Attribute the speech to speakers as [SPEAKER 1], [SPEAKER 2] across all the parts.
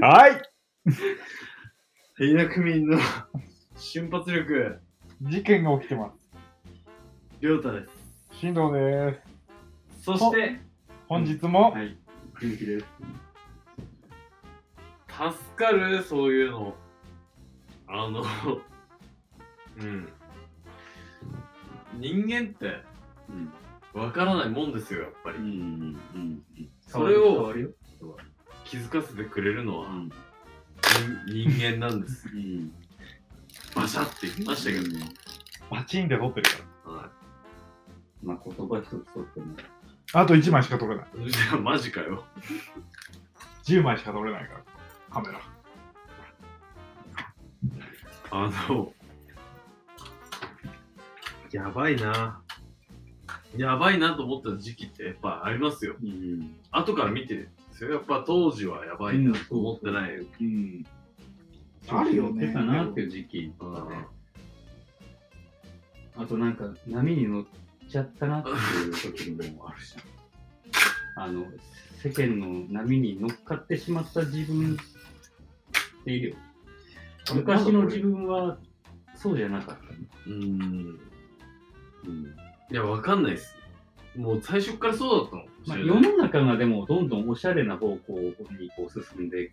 [SPEAKER 1] はい
[SPEAKER 2] 田舎民の瞬発力、
[SPEAKER 1] 事件が起きてま。
[SPEAKER 2] りょうたです
[SPEAKER 1] 進藤です
[SPEAKER 2] す。そして、
[SPEAKER 1] す。本日も、
[SPEAKER 2] はい、元気です。助かる、そういうの。あの、 うん。人間って
[SPEAKER 3] うん
[SPEAKER 2] わからないもんですよ、やっぱ
[SPEAKER 3] う
[SPEAKER 2] り。
[SPEAKER 3] んうん
[SPEAKER 2] それ
[SPEAKER 3] 変わ
[SPEAKER 2] を
[SPEAKER 3] るよ
[SPEAKER 2] 気づかせてくれるの
[SPEAKER 3] う
[SPEAKER 2] は
[SPEAKER 3] ん
[SPEAKER 2] 人人間なん です。
[SPEAKER 3] うん
[SPEAKER 2] バシャって言いましたけどね。
[SPEAKER 1] バチンで撮ってるか
[SPEAKER 2] は
[SPEAKER 3] まあ言葉一つとっても
[SPEAKER 1] ら。あと1枚しか撮れない。
[SPEAKER 2] いじゃあ、マジかよ。
[SPEAKER 1] 10枚しか撮れないから、カメラ。
[SPEAKER 2] あの、やばいな。やばいなと思った時期ってやっぱありますよ。
[SPEAKER 3] うん
[SPEAKER 2] 後から見てですよ。やっぱ当時はやばいなと思ってない。
[SPEAKER 3] うん
[SPEAKER 1] あるよね
[SPEAKER 3] かなっていう時期とかねあとなんか波に乗っちゃったなっていう時もあるしあの世間の波に乗っかってしまった自分っているよ昔の自分はそうじゃなかったね、
[SPEAKER 2] うん。うん
[SPEAKER 3] うん
[SPEAKER 2] いや、わかんないっす。もう最初からそうだったのかも
[SPEAKER 3] まあ、
[SPEAKER 2] しれ
[SPEAKER 3] 世
[SPEAKER 2] ない。
[SPEAKER 3] の中がでもどんどんおしゃれな方向にこう進んでい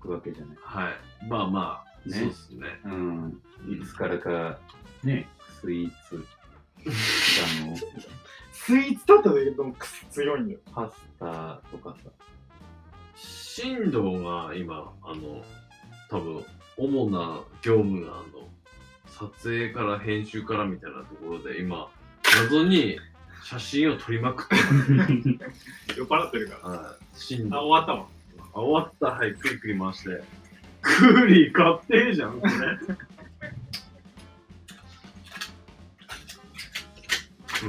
[SPEAKER 3] くわけじゃない。
[SPEAKER 2] はい。まあまあ、
[SPEAKER 3] ね
[SPEAKER 2] そうっすね。
[SPEAKER 3] うん、いつからか、ね、スイーツ、あの、
[SPEAKER 1] スイーツだったらいいけど、クス強いんだよ。
[SPEAKER 3] パスタとかさ、
[SPEAKER 2] 進藤が今、あの、多分、主な業務が、あの、撮影から編集からみたいなところで、今、謎に写真を撮りまくって
[SPEAKER 1] 酔っ払ってるか
[SPEAKER 2] はい進藤。
[SPEAKER 1] わったわ。
[SPEAKER 2] あ、終わった。はい、クリクリ回して。クリ買ってえじゃん、これ。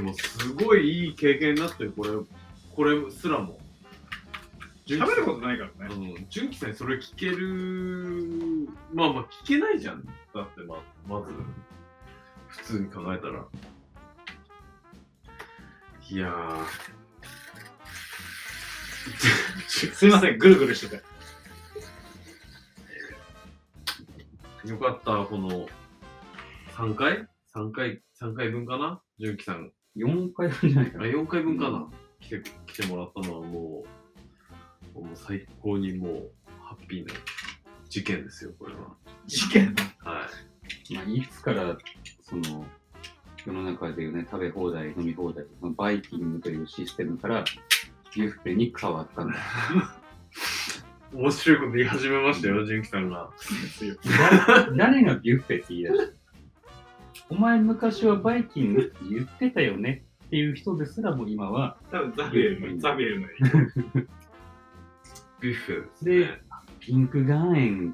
[SPEAKER 2] でも、すごいいい経験になってる、これ、これすらも。
[SPEAKER 1] 喋ることないからね。
[SPEAKER 2] うん、純喜さんにそれ聞ける、まあまあ聞けないじゃん。だってまあ、まず、普通に考えたら。いやー。
[SPEAKER 1] すいません、ぐるぐるしてて。
[SPEAKER 2] よかった、この、3回 ?3 回、三回分かな純喜さん。
[SPEAKER 3] 4回分じゃない
[SPEAKER 2] あ、
[SPEAKER 3] かな。
[SPEAKER 2] 4回分かな、
[SPEAKER 3] うん
[SPEAKER 2] 来て、来てもらったのはもう、もう最高にもう、ハッピーな事件ですよ、これは。
[SPEAKER 1] 事件
[SPEAKER 2] はい。
[SPEAKER 3] まあ、いつから、その、世の中でいうね、食べ放題、飲み放題、そのバイキングというシステムから、ビュッフェに変わったんだ。
[SPEAKER 2] 面白いこと言い始めましたよ、純喜さんが。
[SPEAKER 1] ですよ。
[SPEAKER 3] 誰がビュッフェって言い出したお前昔はバイキングって言ってたよねっていう人ですらも今は
[SPEAKER 1] 多分ザ
[SPEAKER 3] ビエルのザ
[SPEAKER 1] ビエルの
[SPEAKER 2] ビュッフェです
[SPEAKER 3] で
[SPEAKER 2] ね。
[SPEAKER 3] ピンク岩塩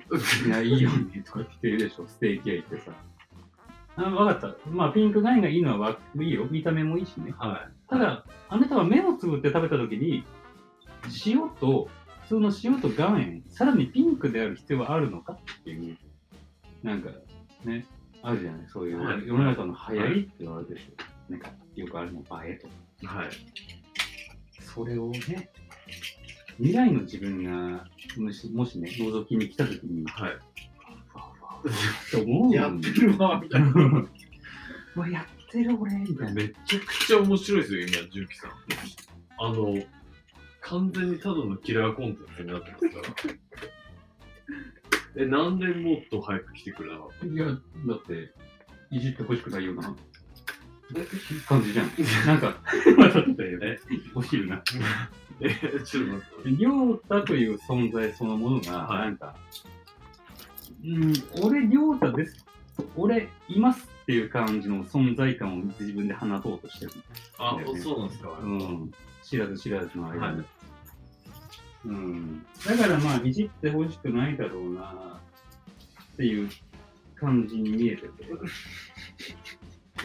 [SPEAKER 3] がいいよねとか言ってるでしょ、ステーキ屋行ってさ。あ、わかった。まあ、ピンク岩塩がいいのはわいいよ。見た目もいいしね。
[SPEAKER 2] は
[SPEAKER 3] ただ、あなたは目をつぶって食べた時に、塩と、普通の塩と岩塩、さらにピンクである必要はあるのかっていう、なんか、ね、あるじゃない。そうい
[SPEAKER 2] はいう
[SPEAKER 3] 世の中の流行りってのはあるでしょ。なんか、よくあるの、映えとか。
[SPEAKER 2] い。はい。
[SPEAKER 3] それをね、未来の自分が、もしもしね、覗きに来た時に、
[SPEAKER 2] はい。
[SPEAKER 3] と思う
[SPEAKER 1] やってるわ、みたいな。
[SPEAKER 3] わやってる俺みたいな。
[SPEAKER 2] めちゃくちゃ面白いですよ、今、純喜さん。あの、完全にただのキラーコンテンツになってますから。え、なんでもっと早く来てくれな かっ
[SPEAKER 3] いや、だって、いじってほしくないような感じじゃ ん。なんか、混ざったよね。欲しいな。
[SPEAKER 2] たえ、ちょっと待って。
[SPEAKER 3] りょうたという存在そのものが、
[SPEAKER 2] はい
[SPEAKER 3] なんか、うん、俺りょうたです。俺いますっていう感じの存在感を自分で放とうとしてる。
[SPEAKER 2] あ
[SPEAKER 3] だよ、ね
[SPEAKER 2] そうなんですか。
[SPEAKER 3] う
[SPEAKER 2] は
[SPEAKER 3] ん、知らず知らずの間に、
[SPEAKER 2] は
[SPEAKER 3] うん、だからまあいじってほしくないだろうなっていう感じに見えててだか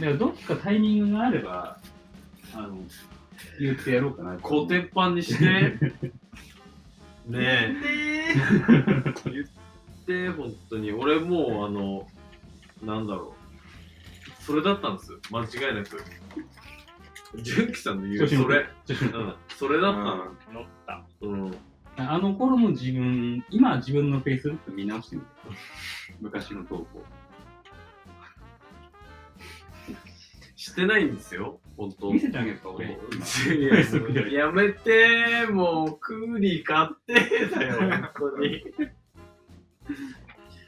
[SPEAKER 3] らどっかタイミングがあればあの言ってやろうかな
[SPEAKER 2] コテンパンに して。ねえ。言って、本当に。俺もう、あの、なんだろう。それだったんですよ。間違いなく。純喜さんの言う、それ。
[SPEAKER 3] 調子乗っ
[SPEAKER 2] うん、それだったの
[SPEAKER 1] 乗った。
[SPEAKER 2] うん。
[SPEAKER 3] あの頃の自分、今自分の Facebook 見直してみて。昔の投稿。
[SPEAKER 2] してないんですよ、本当。
[SPEAKER 3] 見せてあげるか、俺。今
[SPEAKER 2] いやそのやめてもうクーリー買ってだよ本当に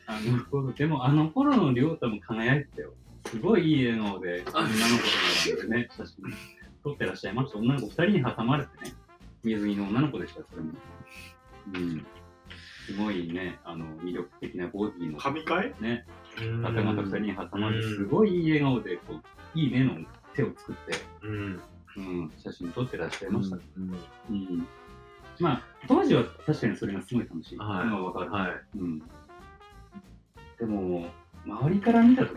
[SPEAKER 3] あの頃、でもあの頃の亮太も輝いてたよ。すごいいい笑顔で、女の子となんでね、写真撮ってらっしゃいました。女の子二人に挟まれてね、水着の女の子でした、それも。うん。すごいね、あの、魅力的なボディの
[SPEAKER 1] 神会
[SPEAKER 3] ね、方々二人に挟まれて、すごいいい笑顔で、こう、いいねの手を作って、
[SPEAKER 2] うん
[SPEAKER 3] うん、写真撮ってらっしゃいました。うん。まあ、当時は確かにそれがすごい楽しい。
[SPEAKER 2] はい
[SPEAKER 3] 今わかる。
[SPEAKER 2] はい
[SPEAKER 3] うんでも周りから見た時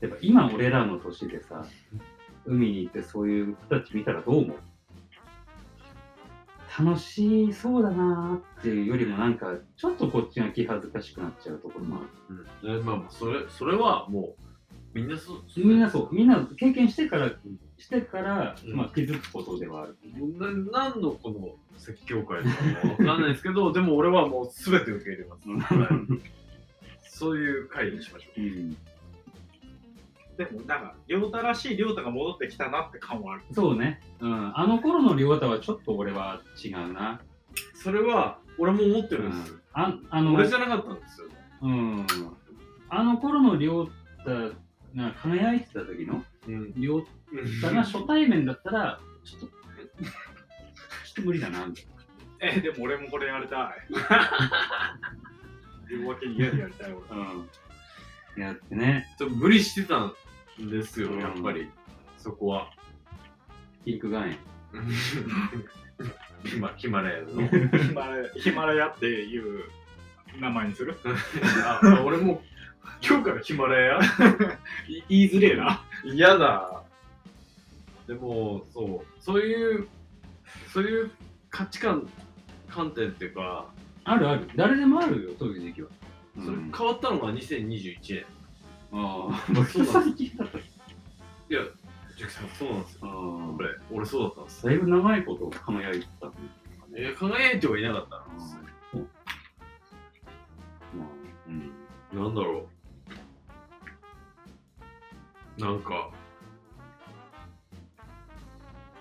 [SPEAKER 3] やっぱ今俺らの年でさ海に行ってそういう人たち見たらどう思う楽しそうだなーっていうよりもなんかちょっとこっちが気恥ずかしくなっちゃうところもある
[SPEAKER 2] うん、まあそれそれはもうみんなそう
[SPEAKER 3] みんなそうみんな経験してからしてから、
[SPEAKER 2] うん
[SPEAKER 3] まあ、気づくことではある
[SPEAKER 2] な何のこの説教会なのかわかんないですけど でも俺はもう全て受け入れます、
[SPEAKER 3] うん
[SPEAKER 2] はいそういう会にしましょう
[SPEAKER 3] うん
[SPEAKER 1] でもなんか亮太らしい亮太が戻ってきたなって感はある
[SPEAKER 3] そうね、うん、あの頃の両方はちょっと俺は違うな、
[SPEAKER 2] それは俺も思って
[SPEAKER 3] う
[SPEAKER 2] るんです、
[SPEAKER 3] ん、ああの
[SPEAKER 2] 俺じゃなかったんですよ
[SPEAKER 3] うんあの頃の亮太が輝いてた時の
[SPEAKER 2] うん
[SPEAKER 3] 亮太が初対面だったら、ちょっと、ちょっと無理だな、みたい
[SPEAKER 1] えでも俺もこれやり たい両脇に嫌でやりたい俺
[SPEAKER 3] な。うん。やってね、
[SPEAKER 2] ちょっと無理してたんですよ、
[SPEAKER 3] うん
[SPEAKER 2] やっぱり、そこ は。
[SPEAKER 3] ピンク岩塩。
[SPEAKER 2] ヒマヒマラヤの。
[SPEAKER 1] ヒマラヤ ヒマラヤっていう名前にする
[SPEAKER 2] あ俺も今日からヒマラヤ
[SPEAKER 1] い言いづれえな
[SPEAKER 2] 嫌だ。でも、そう、そういう、そういう価値観、観点っていうか、
[SPEAKER 3] あるある。誰でもあるよ、当時期は。
[SPEAKER 2] それ変わったのが2021年。
[SPEAKER 3] ああ、僕
[SPEAKER 2] そう
[SPEAKER 3] と
[SPEAKER 2] なん
[SPEAKER 3] 最近だった。
[SPEAKER 2] いや、ジュクさん、そうなんですよ。
[SPEAKER 3] ああ
[SPEAKER 2] 俺、俺そうだったんです。
[SPEAKER 3] だいぶ長いこと輝いてたんだ
[SPEAKER 2] いや輝いてはいなかった
[SPEAKER 3] なん
[SPEAKER 2] ですよ。
[SPEAKER 3] そうまあ、うん。
[SPEAKER 2] なんだろう。なんか、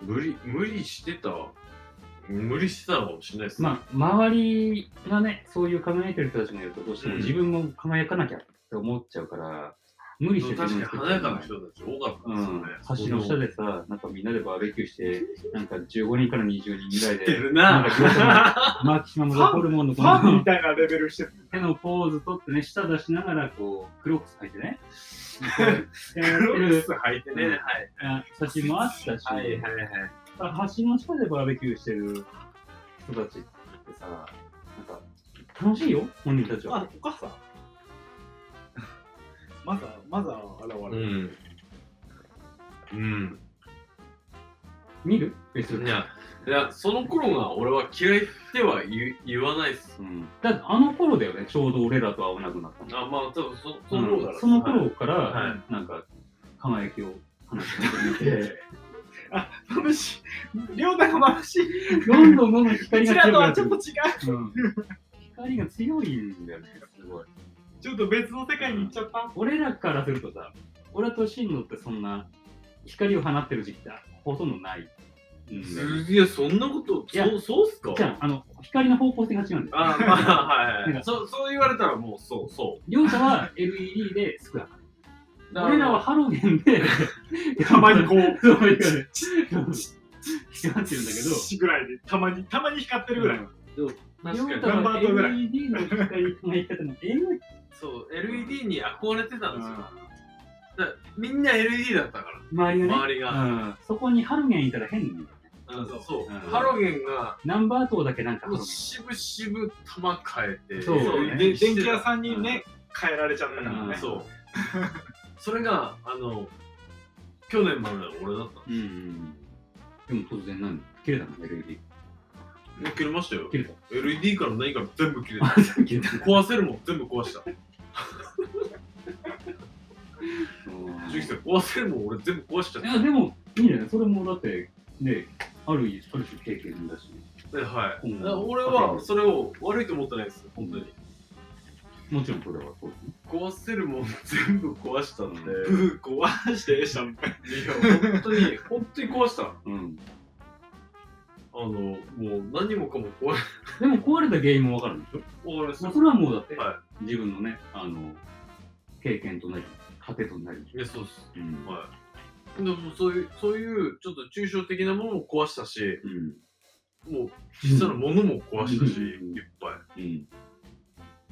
[SPEAKER 2] 無理、無理してた。無理してたのかもしれないですね。
[SPEAKER 3] まあ、周りがね、そういう輝いてる人たちがいると、どうしても
[SPEAKER 2] うん
[SPEAKER 3] 自分も輝かなきゃって思っちゃうから、無理して
[SPEAKER 2] 確かに華やかな
[SPEAKER 3] 人
[SPEAKER 2] 人たち多かった
[SPEAKER 3] う
[SPEAKER 2] ですよね
[SPEAKER 3] ん。、橋の下でさ、なんかみんなでバーベキューして、なんか15人から20人ぐらい
[SPEAKER 2] 知って
[SPEAKER 3] で、
[SPEAKER 2] る
[SPEAKER 3] なん
[SPEAKER 2] な。
[SPEAKER 3] か広 マキシマムがホルモンのこの
[SPEAKER 1] たいなレベルしてる
[SPEAKER 3] 手のポーズ取ってね、舌出しながら、こう、クロックス履い てね、やって
[SPEAKER 2] 黒い
[SPEAKER 3] る
[SPEAKER 2] 靴履いてね。
[SPEAKER 3] うん
[SPEAKER 2] はい。
[SPEAKER 3] あ写真もあったし、
[SPEAKER 2] はいはいはい。
[SPEAKER 3] 橋の下でバーベキューしてる人たちってさ、なんか、楽しいよ、本人たちは。
[SPEAKER 1] あお母さんまだまだ現れ
[SPEAKER 2] う
[SPEAKER 1] る、
[SPEAKER 2] ん。うん。
[SPEAKER 3] 見るフェイスブッ
[SPEAKER 2] い
[SPEAKER 3] ク。
[SPEAKER 2] や、いや、その頃が俺は嫌いっては言う言わないっす。
[SPEAKER 3] うん、だってあの頃だよね、ちょうど俺らと会わなくなったの。
[SPEAKER 2] あ、まあ、多分そその頃だ
[SPEAKER 3] う
[SPEAKER 2] ろ
[SPEAKER 3] ん
[SPEAKER 2] う
[SPEAKER 3] その頃から、
[SPEAKER 2] は
[SPEAKER 3] なんか、輝きを放ってみて、
[SPEAKER 1] 眩しい亮太が眩しい
[SPEAKER 3] どんどんどんどん光
[SPEAKER 1] う
[SPEAKER 3] が
[SPEAKER 1] ちら
[SPEAKER 3] 強
[SPEAKER 1] と
[SPEAKER 3] くな
[SPEAKER 1] は
[SPEAKER 3] って
[SPEAKER 1] ちょ
[SPEAKER 3] く
[SPEAKER 1] っと違う
[SPEAKER 3] る。うん光が強いんだよね、すごい。
[SPEAKER 1] ちょっと別の世界に行っちゃった、
[SPEAKER 3] 俺らからするとさ、俺と進路ってそんな光を放ってる時期ってほとんどないんだよね。
[SPEAKER 2] すいや、そんなこと、
[SPEAKER 3] いや
[SPEAKER 2] そうそうっすか
[SPEAKER 3] じゃあ、あの、光の方向性が違うんだよ。
[SPEAKER 2] あまあ、はい
[SPEAKER 3] な
[SPEAKER 2] は
[SPEAKER 3] んか
[SPEAKER 2] い。そう、そう言われたらもう、そう、そ
[SPEAKER 3] 両者は LED で少なかっ
[SPEAKER 2] う。
[SPEAKER 3] た。俺らはハロゲンで、
[SPEAKER 1] たまにこう
[SPEAKER 3] そういう ね、光ってるんだけど、
[SPEAKER 1] しぐらいでたまにたまに光ってるぐらい、
[SPEAKER 2] 確か
[SPEAKER 3] ヨ
[SPEAKER 2] に
[SPEAKER 3] タ
[SPEAKER 1] ナンバ
[SPEAKER 3] は
[SPEAKER 1] ートぐらい
[SPEAKER 3] LED の光のやり方の M
[SPEAKER 2] そう、LED に憧れてたんですよ。だか
[SPEAKER 3] 周
[SPEAKER 2] らみんな LED だったか
[SPEAKER 3] り
[SPEAKER 2] ら、
[SPEAKER 3] がね、
[SPEAKER 2] 周りが。
[SPEAKER 3] うん、そこにハロゲンいたら変だよね
[SPEAKER 2] うん
[SPEAKER 1] そう
[SPEAKER 2] そう。
[SPEAKER 3] うん
[SPEAKER 2] ハロゲンが、
[SPEAKER 3] ナンバー塔だけなんかハ
[SPEAKER 2] もう
[SPEAKER 3] ロゲ
[SPEAKER 2] 渋々玉変えて、
[SPEAKER 3] そうね
[SPEAKER 1] で
[SPEAKER 2] で
[SPEAKER 1] 電
[SPEAKER 2] 電
[SPEAKER 1] 気
[SPEAKER 2] 気
[SPEAKER 1] 屋
[SPEAKER 2] 屋さ
[SPEAKER 1] さんにね、変えられちゃったから
[SPEAKER 2] ん
[SPEAKER 1] ね、
[SPEAKER 3] ん
[SPEAKER 2] そう。それが、あの、去年までは俺だった
[SPEAKER 3] ン、うんうん、でも突然何切れたの LED
[SPEAKER 2] の。切れましたよ。
[SPEAKER 3] 切れた
[SPEAKER 2] LED から何から全部切れた。
[SPEAKER 3] 切れた
[SPEAKER 2] 壊せるもん、全部壊した。
[SPEAKER 3] うん
[SPEAKER 2] ジュキさん、壊せるもん、俺全部壊しちゃっ
[SPEAKER 3] いやでもいいんじゃないそれもだってねある意味ある種経験だし
[SPEAKER 2] では
[SPEAKER 3] う
[SPEAKER 2] い、
[SPEAKER 3] ん
[SPEAKER 2] だから俺はそれを悪いと思ってないです本当に
[SPEAKER 3] もちろんこれはそうですね。
[SPEAKER 2] 壊せるもん全部壊したんで、い
[SPEAKER 1] ブー壊してシャンプー
[SPEAKER 2] や本当に本当に壊したあ
[SPEAKER 3] うん。
[SPEAKER 2] のもう何もかも壊
[SPEAKER 3] でも壊れた原因もわかるんでしょ
[SPEAKER 2] わりまし
[SPEAKER 3] ま
[SPEAKER 2] た
[SPEAKER 3] あそれはもうだって、
[SPEAKER 2] は
[SPEAKER 3] 自分のね、あの、経験となり、糧となりでし
[SPEAKER 2] いやそうです
[SPEAKER 3] ょ。うん。
[SPEAKER 2] はいでもそういうそういうちょっと抽象的なものも壊したし
[SPEAKER 3] うん。
[SPEAKER 2] もう実際のものも壊したし、
[SPEAKER 3] うん
[SPEAKER 2] いっぱい
[SPEAKER 3] うん、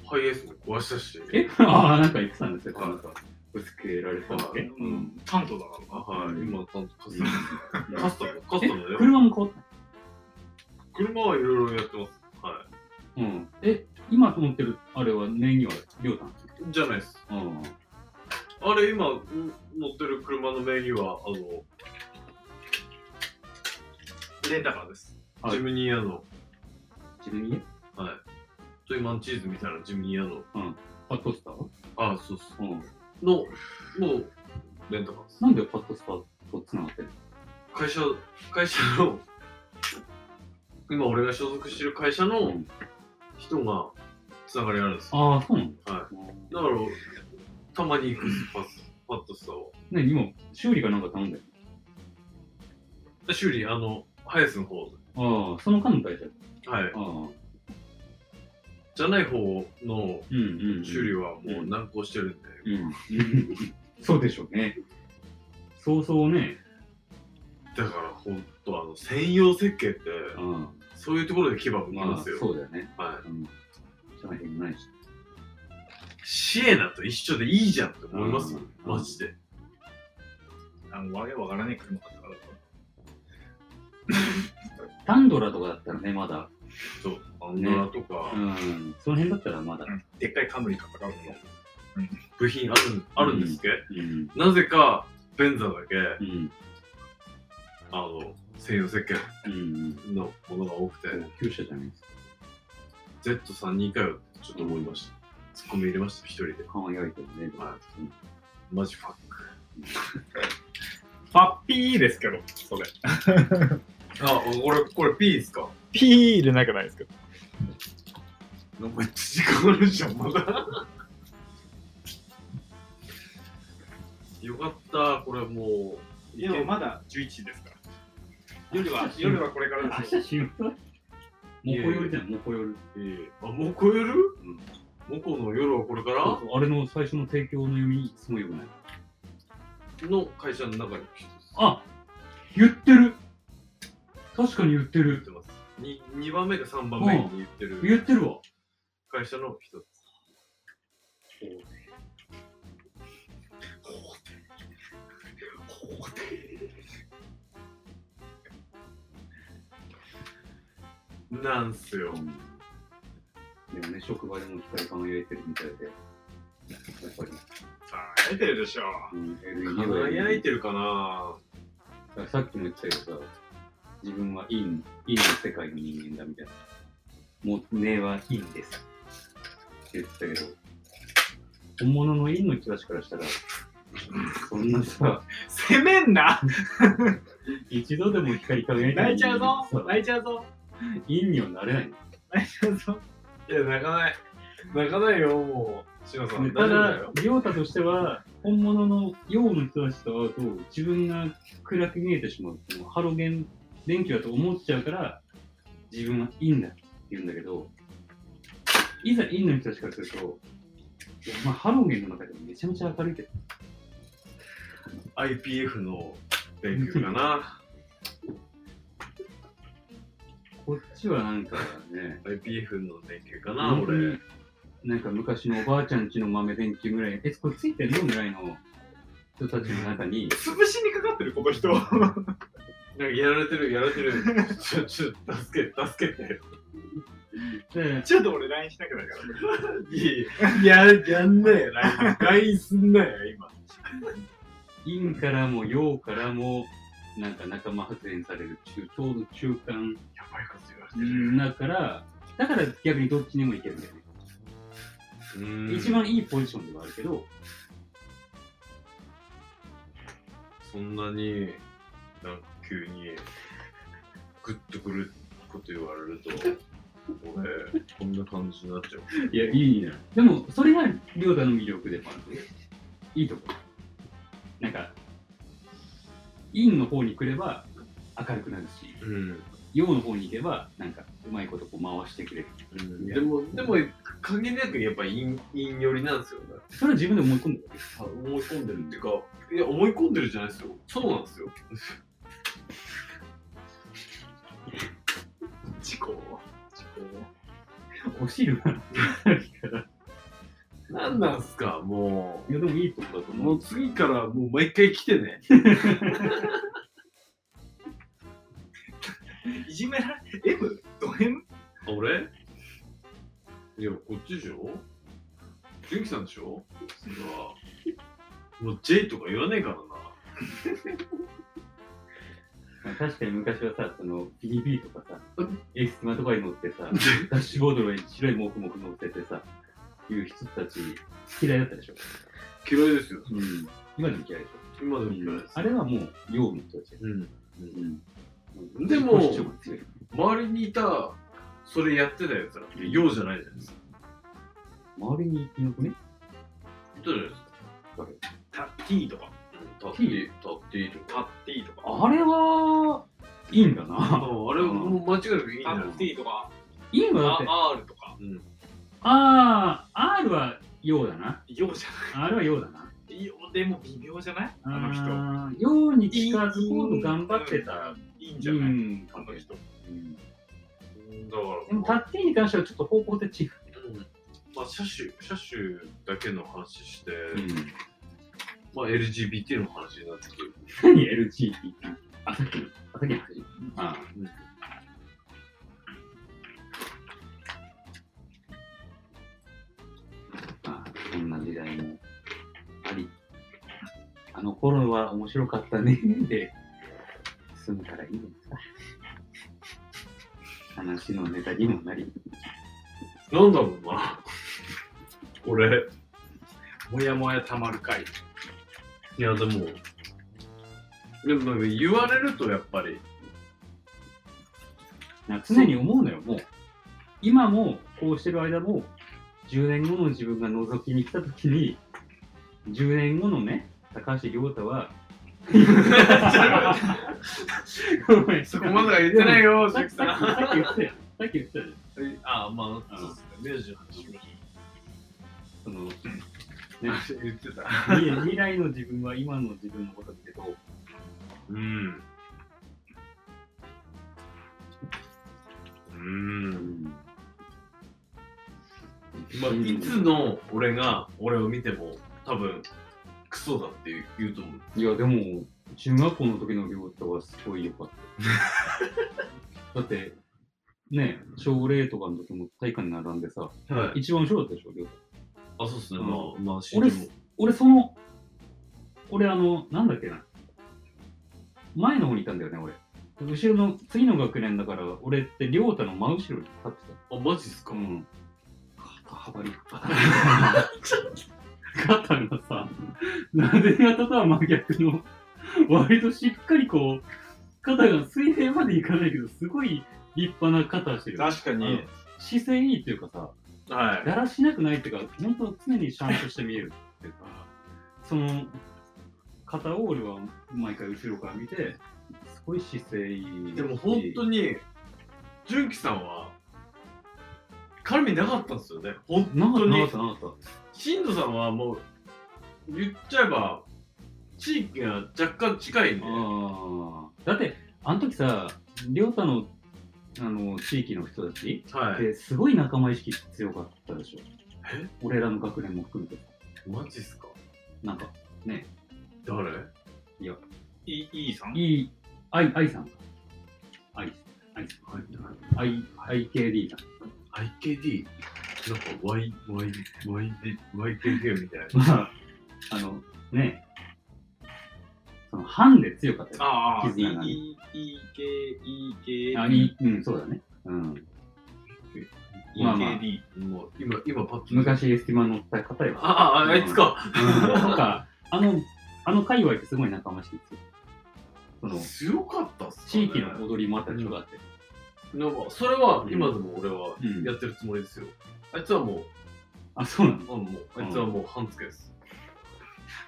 [SPEAKER 2] ハイエースも壊したし
[SPEAKER 3] え ああ、なんか言ってたんですよ。
[SPEAKER 2] はい
[SPEAKER 3] なんか、ぶつけられたわけ。
[SPEAKER 2] はい
[SPEAKER 3] うん。
[SPEAKER 1] 担当だか
[SPEAKER 2] あはい今担当カスタムカスタムカ
[SPEAKER 3] え
[SPEAKER 2] スタムだよ
[SPEAKER 3] 車も変わった。
[SPEAKER 2] 車はいろいろやってますは
[SPEAKER 3] うん。え、今持ってるあれは年にはりょうたん。
[SPEAKER 2] いじゃないです
[SPEAKER 3] うん。
[SPEAKER 2] あれ今うん乗ってる車の名義はあの
[SPEAKER 1] らレンタカーです
[SPEAKER 3] はい
[SPEAKER 2] ジムニアの
[SPEAKER 3] 自分に
[SPEAKER 2] はいトイマンチーズみたいなジムニアの
[SPEAKER 3] パッドスター
[SPEAKER 2] あそうっす
[SPEAKER 3] うん。
[SPEAKER 2] のもうレンタカーです
[SPEAKER 3] なんでパッドスターとつながってる
[SPEAKER 2] 会社会社の今俺が所属してる会社
[SPEAKER 3] の
[SPEAKER 2] の人がつながりあるんですよ
[SPEAKER 3] ああ、そうなんだ。
[SPEAKER 2] は
[SPEAKER 3] うん
[SPEAKER 2] だからたまに行くんですパスパッとしたを
[SPEAKER 3] ね、今、修理かなんか頼んだよ。
[SPEAKER 2] 修理あのハイエースの方
[SPEAKER 3] ああ、その間の会社。
[SPEAKER 2] はい
[SPEAKER 3] ああ、
[SPEAKER 2] じゃない方の
[SPEAKER 3] うんうん、うん。
[SPEAKER 2] 修理はもう難航してるんで、
[SPEAKER 3] うん。そうでしょうね。そうそうね。
[SPEAKER 2] だから本当あの専用設計って
[SPEAKER 3] あ
[SPEAKER 2] そういうところで牙を
[SPEAKER 3] あ、
[SPEAKER 2] 向き
[SPEAKER 3] ま
[SPEAKER 2] ま
[SPEAKER 3] あ
[SPEAKER 2] すよ、、
[SPEAKER 3] そうだよね。
[SPEAKER 2] は
[SPEAKER 3] うん。その辺もないし。
[SPEAKER 2] い、シエナと一緒でいいじゃんって思いますよ、
[SPEAKER 3] うん
[SPEAKER 2] マジで
[SPEAKER 1] あのわけわからねえ車買ったから
[SPEAKER 3] タンドラとかだったらね、まだ。
[SPEAKER 2] そうアンドラとか、
[SPEAKER 3] うん。その辺だったらまだ。
[SPEAKER 1] うんでっかいカムリ買ったから
[SPEAKER 2] 部品あるあるんですけど、
[SPEAKER 3] うん。
[SPEAKER 2] なぜかベンザだけ
[SPEAKER 3] うん。
[SPEAKER 2] あの専用設計
[SPEAKER 3] うん。
[SPEAKER 2] のものが多くて、
[SPEAKER 3] 旧車じゃないですか。
[SPEAKER 2] Z32 かよってちょっと思いました、ツッコミ入れました一人で
[SPEAKER 3] 輝いてるね。
[SPEAKER 2] は
[SPEAKER 3] うん
[SPEAKER 2] マジファッ
[SPEAKER 1] パッピーですけどそれ
[SPEAKER 2] クあこれこれ P ですか
[SPEAKER 1] ピー入れなくないですけど
[SPEAKER 2] なんか時間あるじゃんまだ よかったこれもう
[SPEAKER 1] でも
[SPEAKER 2] い
[SPEAKER 1] まだ11ですから夜は夜はこれからです
[SPEAKER 3] 明日仕事もうこよりじゃん、もうこより。
[SPEAKER 2] けいいあもう超える、もこの夜はこれから
[SPEAKER 3] あれの最初の提供の読み、すごいよくない。
[SPEAKER 2] の会社の中に
[SPEAKER 3] あ言ってる確かに言って
[SPEAKER 2] 言っ
[SPEAKER 3] る。
[SPEAKER 2] てます 2, 二番目か3番目に言ってる
[SPEAKER 3] 言ってるわ。
[SPEAKER 2] 会社の人なんすよ
[SPEAKER 3] でもね、職場でも光輝いてるみたいで。やっぱり、
[SPEAKER 1] さあ出てるでしょ
[SPEAKER 3] うん、
[SPEAKER 2] 輝いてるかな
[SPEAKER 3] る。さっきも言ったけどさ、自分は陰、陰の世界の人間だみたいな。もう、根は陰です。って言ってたけど、本物の陰の人たちからしたら、そんなさ、
[SPEAKER 1] 攻めんな
[SPEAKER 3] 一度でも光輝いて
[SPEAKER 1] 泣いちゃうぞ
[SPEAKER 3] そう
[SPEAKER 1] 泣いちゃうぞ
[SPEAKER 3] 陰にはなれない。
[SPEAKER 1] 泣いちゃうぞ
[SPEAKER 2] いや泣かない泣かないよもう志さん大
[SPEAKER 3] た
[SPEAKER 2] 丈夫だ
[SPEAKER 3] だ
[SPEAKER 2] よ、
[SPEAKER 3] 亮太としては、本物の陽の人たちと会うと、自分が暗く見えてしまう。もうハロゲン電気だと思っちゃうから、自分はいいんだって言うんだけど、いざ陰の人たちからすると、いやまあ、ハロゲンの中でもめちゃめちゃ明るいけど、
[SPEAKER 2] IPF の勉強かな
[SPEAKER 3] こっちはなんかね、
[SPEAKER 2] IPF の勉強かな
[SPEAKER 3] 本当
[SPEAKER 2] 俺
[SPEAKER 3] になんか昔のおばあちゃんちの豆電球ぐらい、え、これついてるのぐらいの人たちの中に、
[SPEAKER 1] 潰しにかかってるこの人
[SPEAKER 2] なんかやられてるやられてるちょちょ助け助けて
[SPEAKER 3] で
[SPEAKER 1] ちょっと俺 LINE しなくなるから
[SPEAKER 2] い ややんねえな LINE すんなよ今
[SPEAKER 3] 陰からも陽からもなんか仲間発言される中ちょうど中間
[SPEAKER 1] やばいこと言われてる
[SPEAKER 3] だからだから逆にどっちにもいけるんだよね、一
[SPEAKER 2] 一番
[SPEAKER 3] 番いいポジションではあるけど
[SPEAKER 2] そんなになんか急にグッとくること言われると、俺、こんな感じになっちゃう。
[SPEAKER 3] いや、いいね。でも、それがりょうたの魅力でもある。いいとこ。なんか、陰の方に来れば明るくなるし、
[SPEAKER 2] うん。
[SPEAKER 3] 陽の方に行けば、なんか、うまいことこう回してくれる。
[SPEAKER 2] うん、でも、でも、限りなくやっぱ陰陰寄りなんですよね。
[SPEAKER 3] それは自分で思い込んでる。
[SPEAKER 2] あ思い込んでるっていうか、いや、思い込んでるじゃないですよ。そうなんですよ。
[SPEAKER 1] 事故事
[SPEAKER 3] お汁が。
[SPEAKER 2] なんなんすか、も
[SPEAKER 3] いや、でもいいとこだ
[SPEAKER 2] う。
[SPEAKER 3] と思
[SPEAKER 2] も
[SPEAKER 3] う。
[SPEAKER 2] う次からもう毎回来てね。
[SPEAKER 1] 故いじめられ M? ド M?
[SPEAKER 2] 俺いや、こっちでしょ元気さんでしょそれは。もう J とか言わねえからな。
[SPEAKER 3] まあ確かに昔はさ、その、BB とかさ
[SPEAKER 2] う、
[SPEAKER 3] エキスマとかに乗って さ、ダッシュボードの上に白いモフモフ乗っててさ、いう人たち嫌いだったでしょ。
[SPEAKER 2] 嫌いですよ。
[SPEAKER 3] うん。今でも嫌いでしょ。
[SPEAKER 2] 今でも嫌いです。
[SPEAKER 3] あれはもう、陽の人たち。
[SPEAKER 2] うん。
[SPEAKER 3] うん
[SPEAKER 2] でも
[SPEAKER 3] 自己主張が強い
[SPEAKER 2] 周りにいた、それやってたやつらって、ようじゃないじゃないですか。
[SPEAKER 3] 周りにいなくね
[SPEAKER 2] いたじゃないですか。
[SPEAKER 1] タッティーとか
[SPEAKER 2] タッティ、タッティと
[SPEAKER 1] タ
[SPEAKER 2] か。
[SPEAKER 1] ッティーとか
[SPEAKER 3] あれは、いいんだ
[SPEAKER 2] あ
[SPEAKER 3] な。
[SPEAKER 2] あれはもう間違いなくいいん
[SPEAKER 1] タ
[SPEAKER 2] だよ
[SPEAKER 1] ッ。ティーとか
[SPEAKER 3] いいんだだって。
[SPEAKER 1] あ R とか
[SPEAKER 2] うん。
[SPEAKER 3] ああ、R は陽だな。
[SPEAKER 1] ようじゃ
[SPEAKER 3] R は陽だな。
[SPEAKER 1] ないよでも微妙じゃないあの人
[SPEAKER 3] の人。陽に近づこうと頑張ってた。
[SPEAKER 1] いいんじゃない、
[SPEAKER 3] うん
[SPEAKER 1] あの人
[SPEAKER 3] うん
[SPEAKER 2] だから、
[SPEAKER 3] でも、タッティに関してはちょっと方向で違う。
[SPEAKER 2] うんまあ、車種、車種だけの話して、まあ、LGBT の話になってくる。
[SPEAKER 3] 何 LGBT? あ、さっきの、あ、さっきの話。あ
[SPEAKER 2] うん
[SPEAKER 3] まあ、そんな時代もあり、あの頃は面白かったね、で、済んだらいいのさ。話のネタにもなり、
[SPEAKER 2] なんだろうな。 俺、
[SPEAKER 1] もやもやたまるかい
[SPEAKER 2] いや、でも、でもなんか言われるとやっぱり、
[SPEAKER 3] なんか常に思うのよ、もう。今も、こうしてる間も、10年後の自分が覗きに来た時に、10年後のね、高橋亮太は、ごめん
[SPEAKER 2] そこまでは言ってない よ、
[SPEAKER 3] さ
[SPEAKER 2] シ
[SPEAKER 3] っ
[SPEAKER 2] ク
[SPEAKER 3] き
[SPEAKER 2] さ
[SPEAKER 3] さっき
[SPEAKER 2] ん。
[SPEAKER 3] さっき言ってたよ。さっき言ってたよ。
[SPEAKER 2] あ、まあ、
[SPEAKER 3] うん
[SPEAKER 2] そうっすね。名字の話も
[SPEAKER 3] その
[SPEAKER 2] 言ってた。
[SPEAKER 3] 未未来の自分は今の自分のことだけど、
[SPEAKER 2] うん。うん。まあ、いつの俺が俺を見ても多分クソだって言う言うと思う。
[SPEAKER 3] いやでも中学校の時の行太はすごい良かっ ただってね奨励とかの時も体育館に並んでさ
[SPEAKER 2] はい。
[SPEAKER 3] 一番後ろだったでしょ亮太
[SPEAKER 2] あ、そうっすね。
[SPEAKER 3] うん
[SPEAKER 2] まあ、まあ、
[SPEAKER 3] 俺
[SPEAKER 2] も。
[SPEAKER 3] 俺その俺あのなんだっけな前の方にいたんだよね俺後ろの次の学年だから俺って亮太の真後ろに立って
[SPEAKER 2] あ、マジっす
[SPEAKER 3] た
[SPEAKER 2] か、
[SPEAKER 3] ん肩幅立派だ肩がさなで型とは真逆の割としっかりこう肩が水平までいかないけどすごい立派な肩してる
[SPEAKER 1] 確かに
[SPEAKER 3] 姿勢いいっていうかさ
[SPEAKER 2] はい。
[SPEAKER 3] だらしなくないっていうか、本当常にシャンとして見えるっていうか、その、片オールは毎回後ろから見て、すごい姿勢いい。
[SPEAKER 2] でも本当に、純喜さんは、絡みなかったんですよね。本
[SPEAKER 3] なかっ
[SPEAKER 2] 当
[SPEAKER 3] た、なか
[SPEAKER 2] に
[SPEAKER 3] っ。た、なかっ
[SPEAKER 2] しんどさんはもう、言っちゃえば、地域が若干近いんで。
[SPEAKER 3] た。ああ。だって、あの時さ、亮太の、あの、地域の人たちっ
[SPEAKER 2] はい。
[SPEAKER 3] て、すごい仲間意識強かったでしょ。
[SPEAKER 2] え
[SPEAKER 3] 俺らの学年も含めて。
[SPEAKER 2] マジっすか
[SPEAKER 3] なんか、
[SPEAKER 2] 誰
[SPEAKER 1] いいいさん
[SPEAKER 3] いい、愛、愛さん。愛、愛さん。愛、IKD さん。
[SPEAKER 2] IKD? なんか Y、Y、Y、YKK みたいな。
[SPEAKER 3] まあ、あの、ね、その、ハンで強かったよ。
[SPEAKER 1] ああ、い
[SPEAKER 3] 絆がね
[SPEAKER 1] い、いい系、いい系、
[SPEAKER 3] あ、いい、うん、そうだね。うん。
[SPEAKER 1] いい
[SPEAKER 3] まあまあ
[SPEAKER 1] 系 D。
[SPEAKER 2] もう今、今パッと。
[SPEAKER 3] 昔、エスティマ乗った方よ。
[SPEAKER 2] ああ、あいつか。
[SPEAKER 3] うんなんか、あの、あの界隈ってすごい仲間してるその、
[SPEAKER 2] 強かったっすかね
[SPEAKER 3] 地域の踊りもあったでしょ、だって。
[SPEAKER 2] のそれは今でも俺は
[SPEAKER 3] うん
[SPEAKER 2] やってるつもりですよ。あいつはも
[SPEAKER 3] あ、そうなの
[SPEAKER 2] う、あもうあいつはもう半付けです。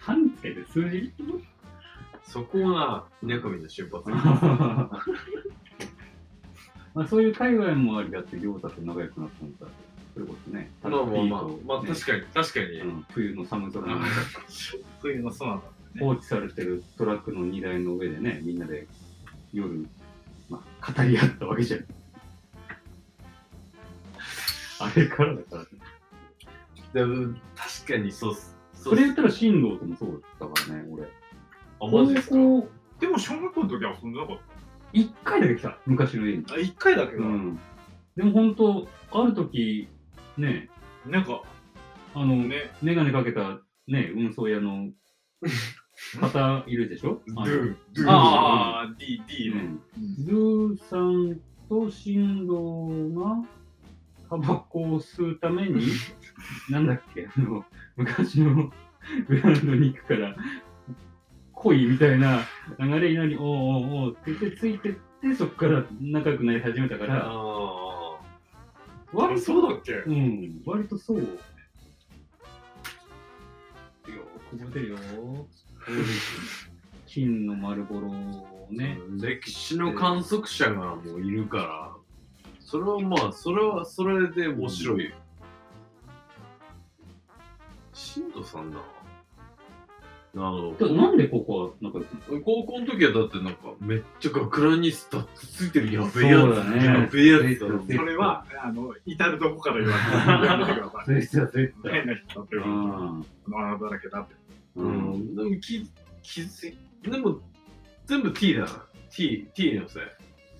[SPEAKER 3] 半付けで数 字
[SPEAKER 2] そこをな、猫みの出発。
[SPEAKER 3] まあそういう海外もありだって、りょうたと仲良くなったんだ。そういうことね。
[SPEAKER 2] まあまあまあ、まあ
[SPEAKER 3] ね
[SPEAKER 2] 確かに、確かに。
[SPEAKER 3] うん冬の寒さの中
[SPEAKER 1] 冬の空だ。
[SPEAKER 3] 放置されてるトラックの荷台の上でね、みんなで夜、まあ、語り合ったわけじゃん。 あれからだから、ね。
[SPEAKER 2] でも確かにそうっす。そ
[SPEAKER 3] そう
[SPEAKER 2] っ
[SPEAKER 3] れ
[SPEAKER 2] す
[SPEAKER 3] 言ったら、進藤ともそうだったからね、俺。
[SPEAKER 2] あ、マジですか
[SPEAKER 3] 高校
[SPEAKER 1] でも小学校の時は遊んでなかっ
[SPEAKER 3] 一回だけ来た、昔の家に。
[SPEAKER 1] た。あ、一回だけ
[SPEAKER 3] う
[SPEAKER 1] ど、
[SPEAKER 3] ん。でも本当、ある時、ね、
[SPEAKER 1] なんか、
[SPEAKER 3] あの、
[SPEAKER 1] ね、
[SPEAKER 3] メガネかけた、ね、運送屋の方いるでしょ
[SPEAKER 2] ド
[SPEAKER 3] あの
[SPEAKER 2] ゥドゥ
[SPEAKER 1] ああ、D、D
[SPEAKER 3] う
[SPEAKER 1] ね。
[SPEAKER 3] んズーさんと振動がタバコを吸うために、なんだっけ、あの、昔のグラウンドに行くから、恋みたいな流れになり、おうおうおうって言ってついてって、そこから仲良くなり始めたから、
[SPEAKER 2] ああ。あれ
[SPEAKER 3] 割と、
[SPEAKER 2] そうだっけ
[SPEAKER 3] うん、割とそう。よーく覚えてるよ。金の丸ボロをね。
[SPEAKER 2] 歴史の観測者がもういるから、それはまあ、それはそれで面白い。しんどさんだ。あの、
[SPEAKER 3] でもなんでここは仲良くなったの
[SPEAKER 2] 高校の時はだってなんか、めっちゃ学ランにスタックついてるやべえや
[SPEAKER 3] そう
[SPEAKER 2] つ、
[SPEAKER 3] だね
[SPEAKER 2] やべえやつだな
[SPEAKER 3] そう
[SPEAKER 1] それは、あの、至るとこから言われてるやめてください。
[SPEAKER 3] そうですよ、そうですよ。
[SPEAKER 1] 変な人だって
[SPEAKER 3] う
[SPEAKER 1] 言わ
[SPEAKER 3] ん。
[SPEAKER 1] れてる。だらけだって。
[SPEAKER 2] う
[SPEAKER 3] うん。
[SPEAKER 2] ん、でもき気づい、でも全部 T だな。T、T のせい。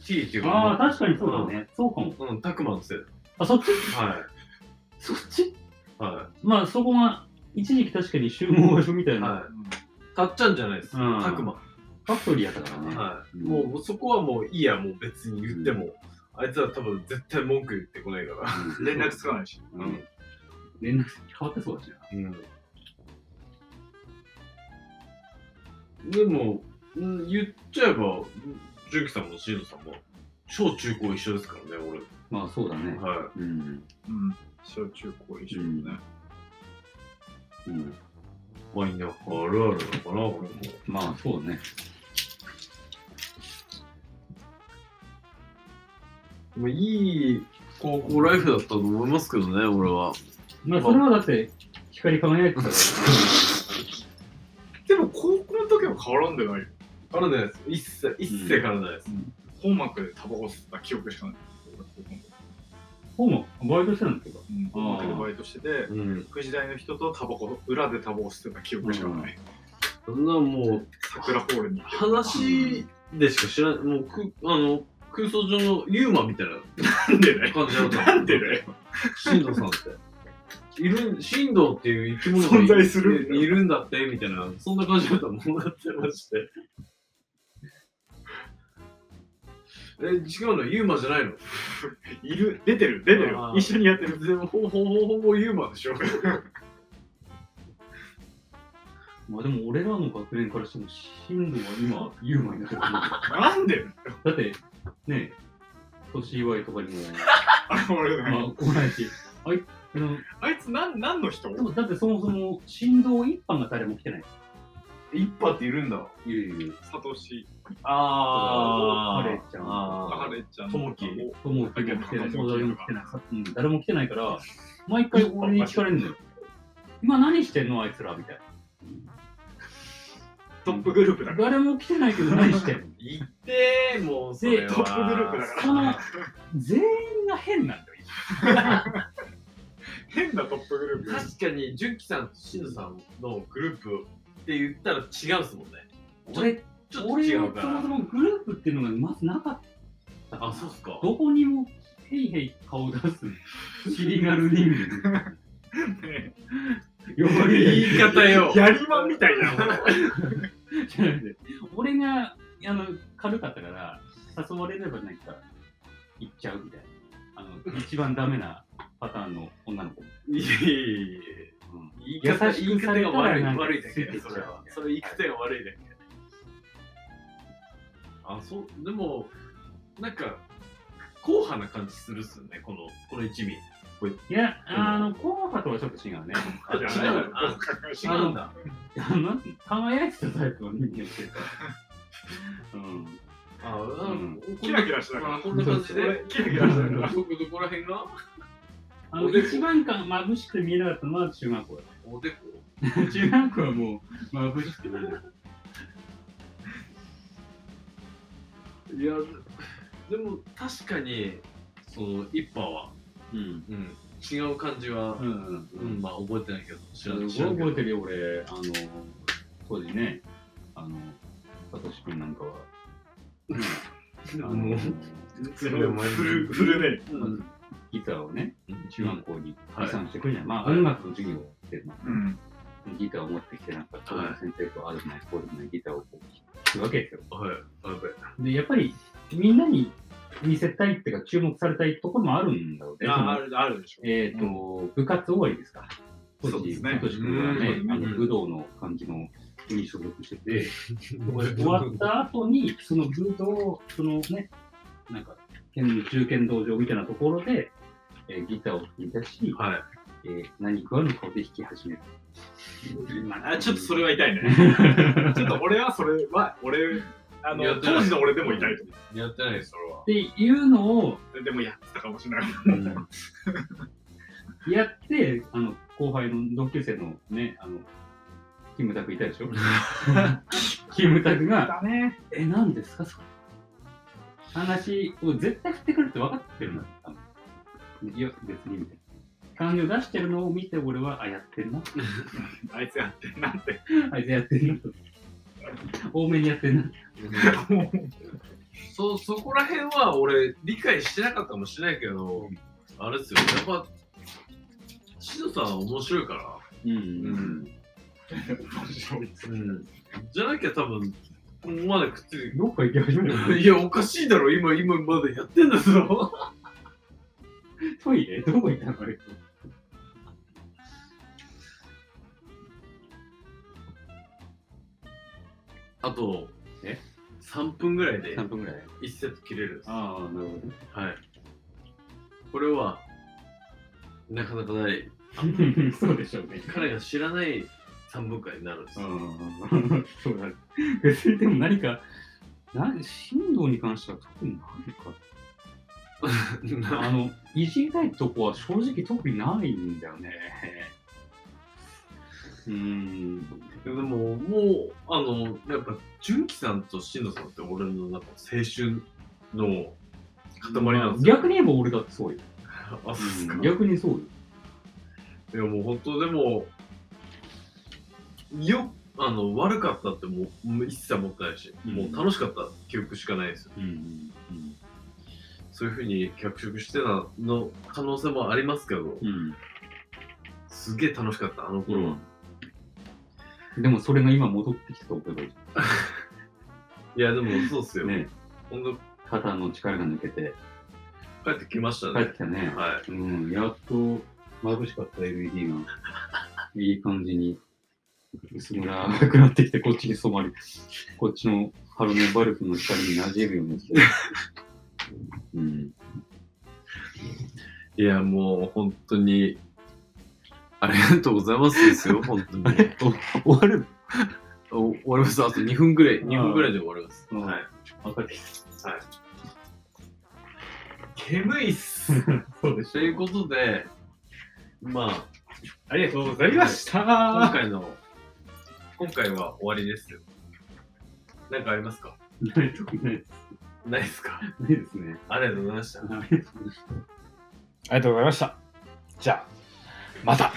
[SPEAKER 2] T っていうか、
[SPEAKER 3] ああ、確かにそうだね。そうかも。
[SPEAKER 2] うん、たくまのせい。
[SPEAKER 3] あ、そっち
[SPEAKER 2] は
[SPEAKER 3] そっち
[SPEAKER 2] い。は
[SPEAKER 3] まあ、そこが、一時期確かに集合場所みた
[SPEAKER 2] い。
[SPEAKER 3] いな。
[SPEAKER 2] はい。たっちゃんじゃないです。た
[SPEAKER 3] うん
[SPEAKER 2] くま。
[SPEAKER 3] ファクトリーやったからね。
[SPEAKER 2] はい、
[SPEAKER 3] うん
[SPEAKER 2] もうそこはもういいや、もう別に言っても、あいつは多分絶対文句言ってこないから。
[SPEAKER 1] うん連絡つかないし。
[SPEAKER 3] うん。連絡先変わってそうだしな。
[SPEAKER 2] でも、うん言っちゃえば、純喜さんもシードさんも、小中高一緒ですからね、
[SPEAKER 3] まあ、そうだね
[SPEAKER 2] 俺。。は
[SPEAKER 3] うん。
[SPEAKER 1] うん。小中高一緒だね。
[SPEAKER 3] うん。
[SPEAKER 2] い。まあ、田舎あるあるなのかな、俺も。
[SPEAKER 3] まあ、そうだね。
[SPEAKER 2] まあ、いい高校ライフだったと思いますけどね、俺は。
[SPEAKER 3] まあ、それはだって、光り輝いてたから。
[SPEAKER 1] でも高校の時は変わらんでないよ。
[SPEAKER 2] あれです。一切、一切からないです。
[SPEAKER 1] 本幕でタバコ吸った記憶しかない。
[SPEAKER 3] ほぼ、バイトしてたんだけど。
[SPEAKER 1] うん本幕でバイトしてて、
[SPEAKER 2] うん。
[SPEAKER 1] 9時台の人とタバコ、裏でタバコ吸ってた記憶しかない。
[SPEAKER 2] そんなもう、
[SPEAKER 1] 桜ホールに行って。
[SPEAKER 2] 話でしか知らない、もうくあの空想上のユーマみたいな
[SPEAKER 1] なんでね。
[SPEAKER 2] 感じだったの
[SPEAKER 1] なんでね。
[SPEAKER 2] 神道さんって。いるん、神道っていう生き物
[SPEAKER 1] 存在する
[SPEAKER 2] いいるんだって、みたいな、そんな感じだったもんなってまして。え、違うのユーマじゃないの
[SPEAKER 1] いる、出てる、出てる
[SPEAKER 2] あ。ー
[SPEAKER 1] 一緒にやってる。
[SPEAKER 2] でも、ほぼほぼほぼユーマでしょ。
[SPEAKER 3] まあ、でも、俺らの学年からしても、進路は今、ユーマになってる。
[SPEAKER 1] なんで
[SPEAKER 3] だって、ね、年祝いとかにも、
[SPEAKER 1] あ俺
[SPEAKER 3] ま
[SPEAKER 1] ね
[SPEAKER 3] あ、来ないし、あいあの
[SPEAKER 1] あいつなん、何の人
[SPEAKER 3] でもだってそもそも振動一般が誰も来てない。
[SPEAKER 2] 一派っているんだ。
[SPEAKER 3] いやいやいや。
[SPEAKER 1] サトシ、
[SPEAKER 2] あ
[SPEAKER 3] カレーちゃん
[SPEAKER 1] ハ
[SPEAKER 2] あー
[SPEAKER 1] レちゃん、
[SPEAKER 2] トモキ
[SPEAKER 3] とも来てな
[SPEAKER 1] 誰も
[SPEAKER 3] い。
[SPEAKER 1] 来てない
[SPEAKER 3] 誰も来てない。うん誰も来てないから、毎回俺に聞かれるんだよ。今何してんのあいつらみたい
[SPEAKER 1] トップグループだ
[SPEAKER 3] な。
[SPEAKER 1] から。
[SPEAKER 3] 誰も来てないけど何してんの
[SPEAKER 2] 行って、もうそれは。
[SPEAKER 3] で
[SPEAKER 1] トップグループだから
[SPEAKER 3] その全員が変なんだよ。
[SPEAKER 1] 変なトップグループ。
[SPEAKER 2] 確かに、純喜さんとしずさんのグループって言ったら違うっすもんね。
[SPEAKER 3] 俺、
[SPEAKER 2] ちょっと
[SPEAKER 3] 俺
[SPEAKER 2] 違
[SPEAKER 3] は
[SPEAKER 2] うか
[SPEAKER 3] そもそ
[SPEAKER 2] ら。
[SPEAKER 3] もグループっていうのがまずなかったから。
[SPEAKER 2] あ、そうっすか。
[SPEAKER 3] どこにもヘイヘイ顔出すシリガル人間。
[SPEAKER 1] ね
[SPEAKER 3] 呼ばれ
[SPEAKER 2] 言い方よ。
[SPEAKER 1] やりまんみたいな。
[SPEAKER 3] じゃなくて俺があの軽かったから誘われればなんか行っちゃうみたいなあの一番ダメなパターンの女の子、
[SPEAKER 2] いやいやいや
[SPEAKER 3] うん
[SPEAKER 2] 言い方
[SPEAKER 3] 優し
[SPEAKER 2] 言い
[SPEAKER 3] く
[SPEAKER 2] 方
[SPEAKER 3] された
[SPEAKER 2] が
[SPEAKER 3] ら
[SPEAKER 2] 悪い
[SPEAKER 3] なんか
[SPEAKER 2] 悪いだけだよ
[SPEAKER 3] ついてっ
[SPEAKER 2] そ
[SPEAKER 3] ち
[SPEAKER 2] れ
[SPEAKER 3] ゃう
[SPEAKER 2] は。それ言い方が悪いだけだね。あ、そう、でも、なんか、硬派な感じするっすよね、この、この一味。
[SPEAKER 3] いや、あの、硬派とはちょっと違うね。
[SPEAKER 1] あじゃない
[SPEAKER 2] 違うあ
[SPEAKER 1] 違
[SPEAKER 3] あ
[SPEAKER 1] う
[SPEAKER 3] の
[SPEAKER 2] 違うんだ。
[SPEAKER 3] あの、輝いてたタイプの人間っていうか。うん。
[SPEAKER 2] あ、
[SPEAKER 3] ん
[SPEAKER 2] うん
[SPEAKER 1] キラキラしてたから
[SPEAKER 2] あこんな感じで。
[SPEAKER 1] キラキラしてた から
[SPEAKER 2] どこどこら辺が
[SPEAKER 3] あの、
[SPEAKER 2] おでこ
[SPEAKER 3] 一番感眩しく見えなかったのは中学校だ。
[SPEAKER 2] おでこ。
[SPEAKER 3] 中学校はもう眩しく見えなかった。
[SPEAKER 2] いや、でも確かに、その、一派は、
[SPEAKER 3] うん。
[SPEAKER 2] うん、違う感じは、
[SPEAKER 3] うん
[SPEAKER 2] う、
[SPEAKER 3] うんうんん。
[SPEAKER 2] まあ覚えてないけど、知
[SPEAKER 3] す
[SPEAKER 2] ら
[SPEAKER 3] ご
[SPEAKER 2] ないい。知らんけど
[SPEAKER 3] 覚えてるよ、俺。あの、当時ね、あの、さとしくんなんか は。あの、
[SPEAKER 2] もう
[SPEAKER 1] フルフルネ
[SPEAKER 2] うん
[SPEAKER 3] ギターをね、中学校に
[SPEAKER 2] はい
[SPEAKER 3] 持参してくるじゃん。まあ、
[SPEAKER 2] はい
[SPEAKER 3] 音楽の授業をっていうのは
[SPEAKER 1] ーム
[SPEAKER 3] ギターを持ってきて、なんか、こう
[SPEAKER 2] はい
[SPEAKER 3] いう先生とあるない、こうでもないギターをこう、するわけですよ。
[SPEAKER 2] はい、あやべ
[SPEAKER 3] で、やっぱり、みんなに見せたいっていうか、注目されたいところもあるんだろうね。そ
[SPEAKER 1] あ
[SPEAKER 3] の
[SPEAKER 1] あるあるでしょ
[SPEAKER 3] えっ、と、部活終わりですか。当
[SPEAKER 1] そうで
[SPEAKER 3] 時、
[SPEAKER 1] すね
[SPEAKER 3] 今年君はね
[SPEAKER 2] う、ん
[SPEAKER 3] あの武道の感じのに所属してて、
[SPEAKER 2] お前
[SPEAKER 3] 終わった後に、その武道、そのね、なんか、剣中剣道場みたいなところで、えーギターを弾いたし、
[SPEAKER 2] はい。
[SPEAKER 3] えー何食わぬ顔で弾き始めた。
[SPEAKER 1] あちょっとそれは痛いね
[SPEAKER 3] っ
[SPEAKER 1] ちょっと俺はそれは俺あ
[SPEAKER 2] やっ
[SPEAKER 1] の
[SPEAKER 2] てない
[SPEAKER 1] 当時の俺でも痛いと思
[SPEAKER 2] やってないです、それは。
[SPEAKER 3] ていうのを
[SPEAKER 1] うでもやってたかもしれない
[SPEAKER 3] やって、あの後輩の同級生のね、あのキムタクいたでし ょキムタクが、
[SPEAKER 1] ね
[SPEAKER 3] え、何ですか、それ。話を絶対振ってくるって分かってるんだ多分いや、別にみたいな。感じを出してるのを見て、俺は、あ、やってんな。
[SPEAKER 1] あいつやってんなって
[SPEAKER 3] あいつやってんな。多めにやってんな。
[SPEAKER 2] そそこら辺は俺理解してなかったかもしれないけど、あれですよやっぱシドさんは面白いか
[SPEAKER 3] うん
[SPEAKER 2] ん
[SPEAKER 1] 面白い
[SPEAKER 2] ら、うん、じゃなきゃ多分ここまでくっつい
[SPEAKER 3] どっか行き始めた
[SPEAKER 2] て いやおかしいだろ今今までやってんだぞ
[SPEAKER 3] トイレどこ行ったのあれ
[SPEAKER 2] あと
[SPEAKER 3] え
[SPEAKER 2] 3分ぐらいで
[SPEAKER 3] 分ぐらい
[SPEAKER 2] 1セット切れるんですは
[SPEAKER 3] ああ、なるほどね。
[SPEAKER 2] いこれはなかなかない
[SPEAKER 3] そうでしょうね。
[SPEAKER 2] 彼が知らない3分間になるんですよ、
[SPEAKER 3] うん、そうだ。別にでも何か、な振動に関しては特に何か、あの、いじりたいとこは正直特にないんだよね。うーん。
[SPEAKER 2] でも、もう、あの、やっぱ、純喜さんとしのさんって俺のなんか青春の塊なんですよ。
[SPEAKER 3] 逆に言えば俺だってそうよ。
[SPEAKER 2] あ、そうですか。いや、
[SPEAKER 3] 逆にそうよ。
[SPEAKER 2] もう本当でも、よ、あの、悪かったってもうもう一切思ってないし、
[SPEAKER 3] うん
[SPEAKER 2] もう楽しかった記憶しかないですよ。
[SPEAKER 3] うん。
[SPEAKER 2] そういうふうに脚色してたの可能性もありますけど
[SPEAKER 3] う、ん。
[SPEAKER 2] すげえ楽しかった、あの
[SPEAKER 3] う
[SPEAKER 2] 頃は。
[SPEAKER 3] ん。でもそれが今戻ってきたと思えばいいじ
[SPEAKER 2] いや、でもそうっす
[SPEAKER 3] ゃ
[SPEAKER 2] よ。
[SPEAKER 3] ん。ね。
[SPEAKER 2] 本当
[SPEAKER 3] 肩の力が抜けて、
[SPEAKER 2] 帰ってきました
[SPEAKER 3] 帰って
[SPEAKER 2] ね。
[SPEAKER 3] きたね。
[SPEAKER 2] はい。
[SPEAKER 3] うん、やっと眩しかった LED が、いい感じに薄暗くなってきて、こっちに染まり、こっちのハロネバルブの光に馴染むようになってきて。うん、
[SPEAKER 2] いや、もう本当に、ありがとうございますですよ、本当に。
[SPEAKER 3] 終わる
[SPEAKER 2] お終わります。あと2分ぐらい、
[SPEAKER 3] あー
[SPEAKER 2] 2分ぐらいで終わります。
[SPEAKER 3] うん
[SPEAKER 2] はい。
[SPEAKER 3] 分かってき
[SPEAKER 1] 煙いっす
[SPEAKER 3] た。 そうでし
[SPEAKER 2] ということで、ま
[SPEAKER 1] ありがとうございました
[SPEAKER 2] あ、今回の、今回は終わりですよ。なんかありますか
[SPEAKER 3] ょ。ないとこない
[SPEAKER 2] ないですか
[SPEAKER 3] ないですね。
[SPEAKER 2] ありがとうございました。
[SPEAKER 1] ありがとうございましたじゃあまた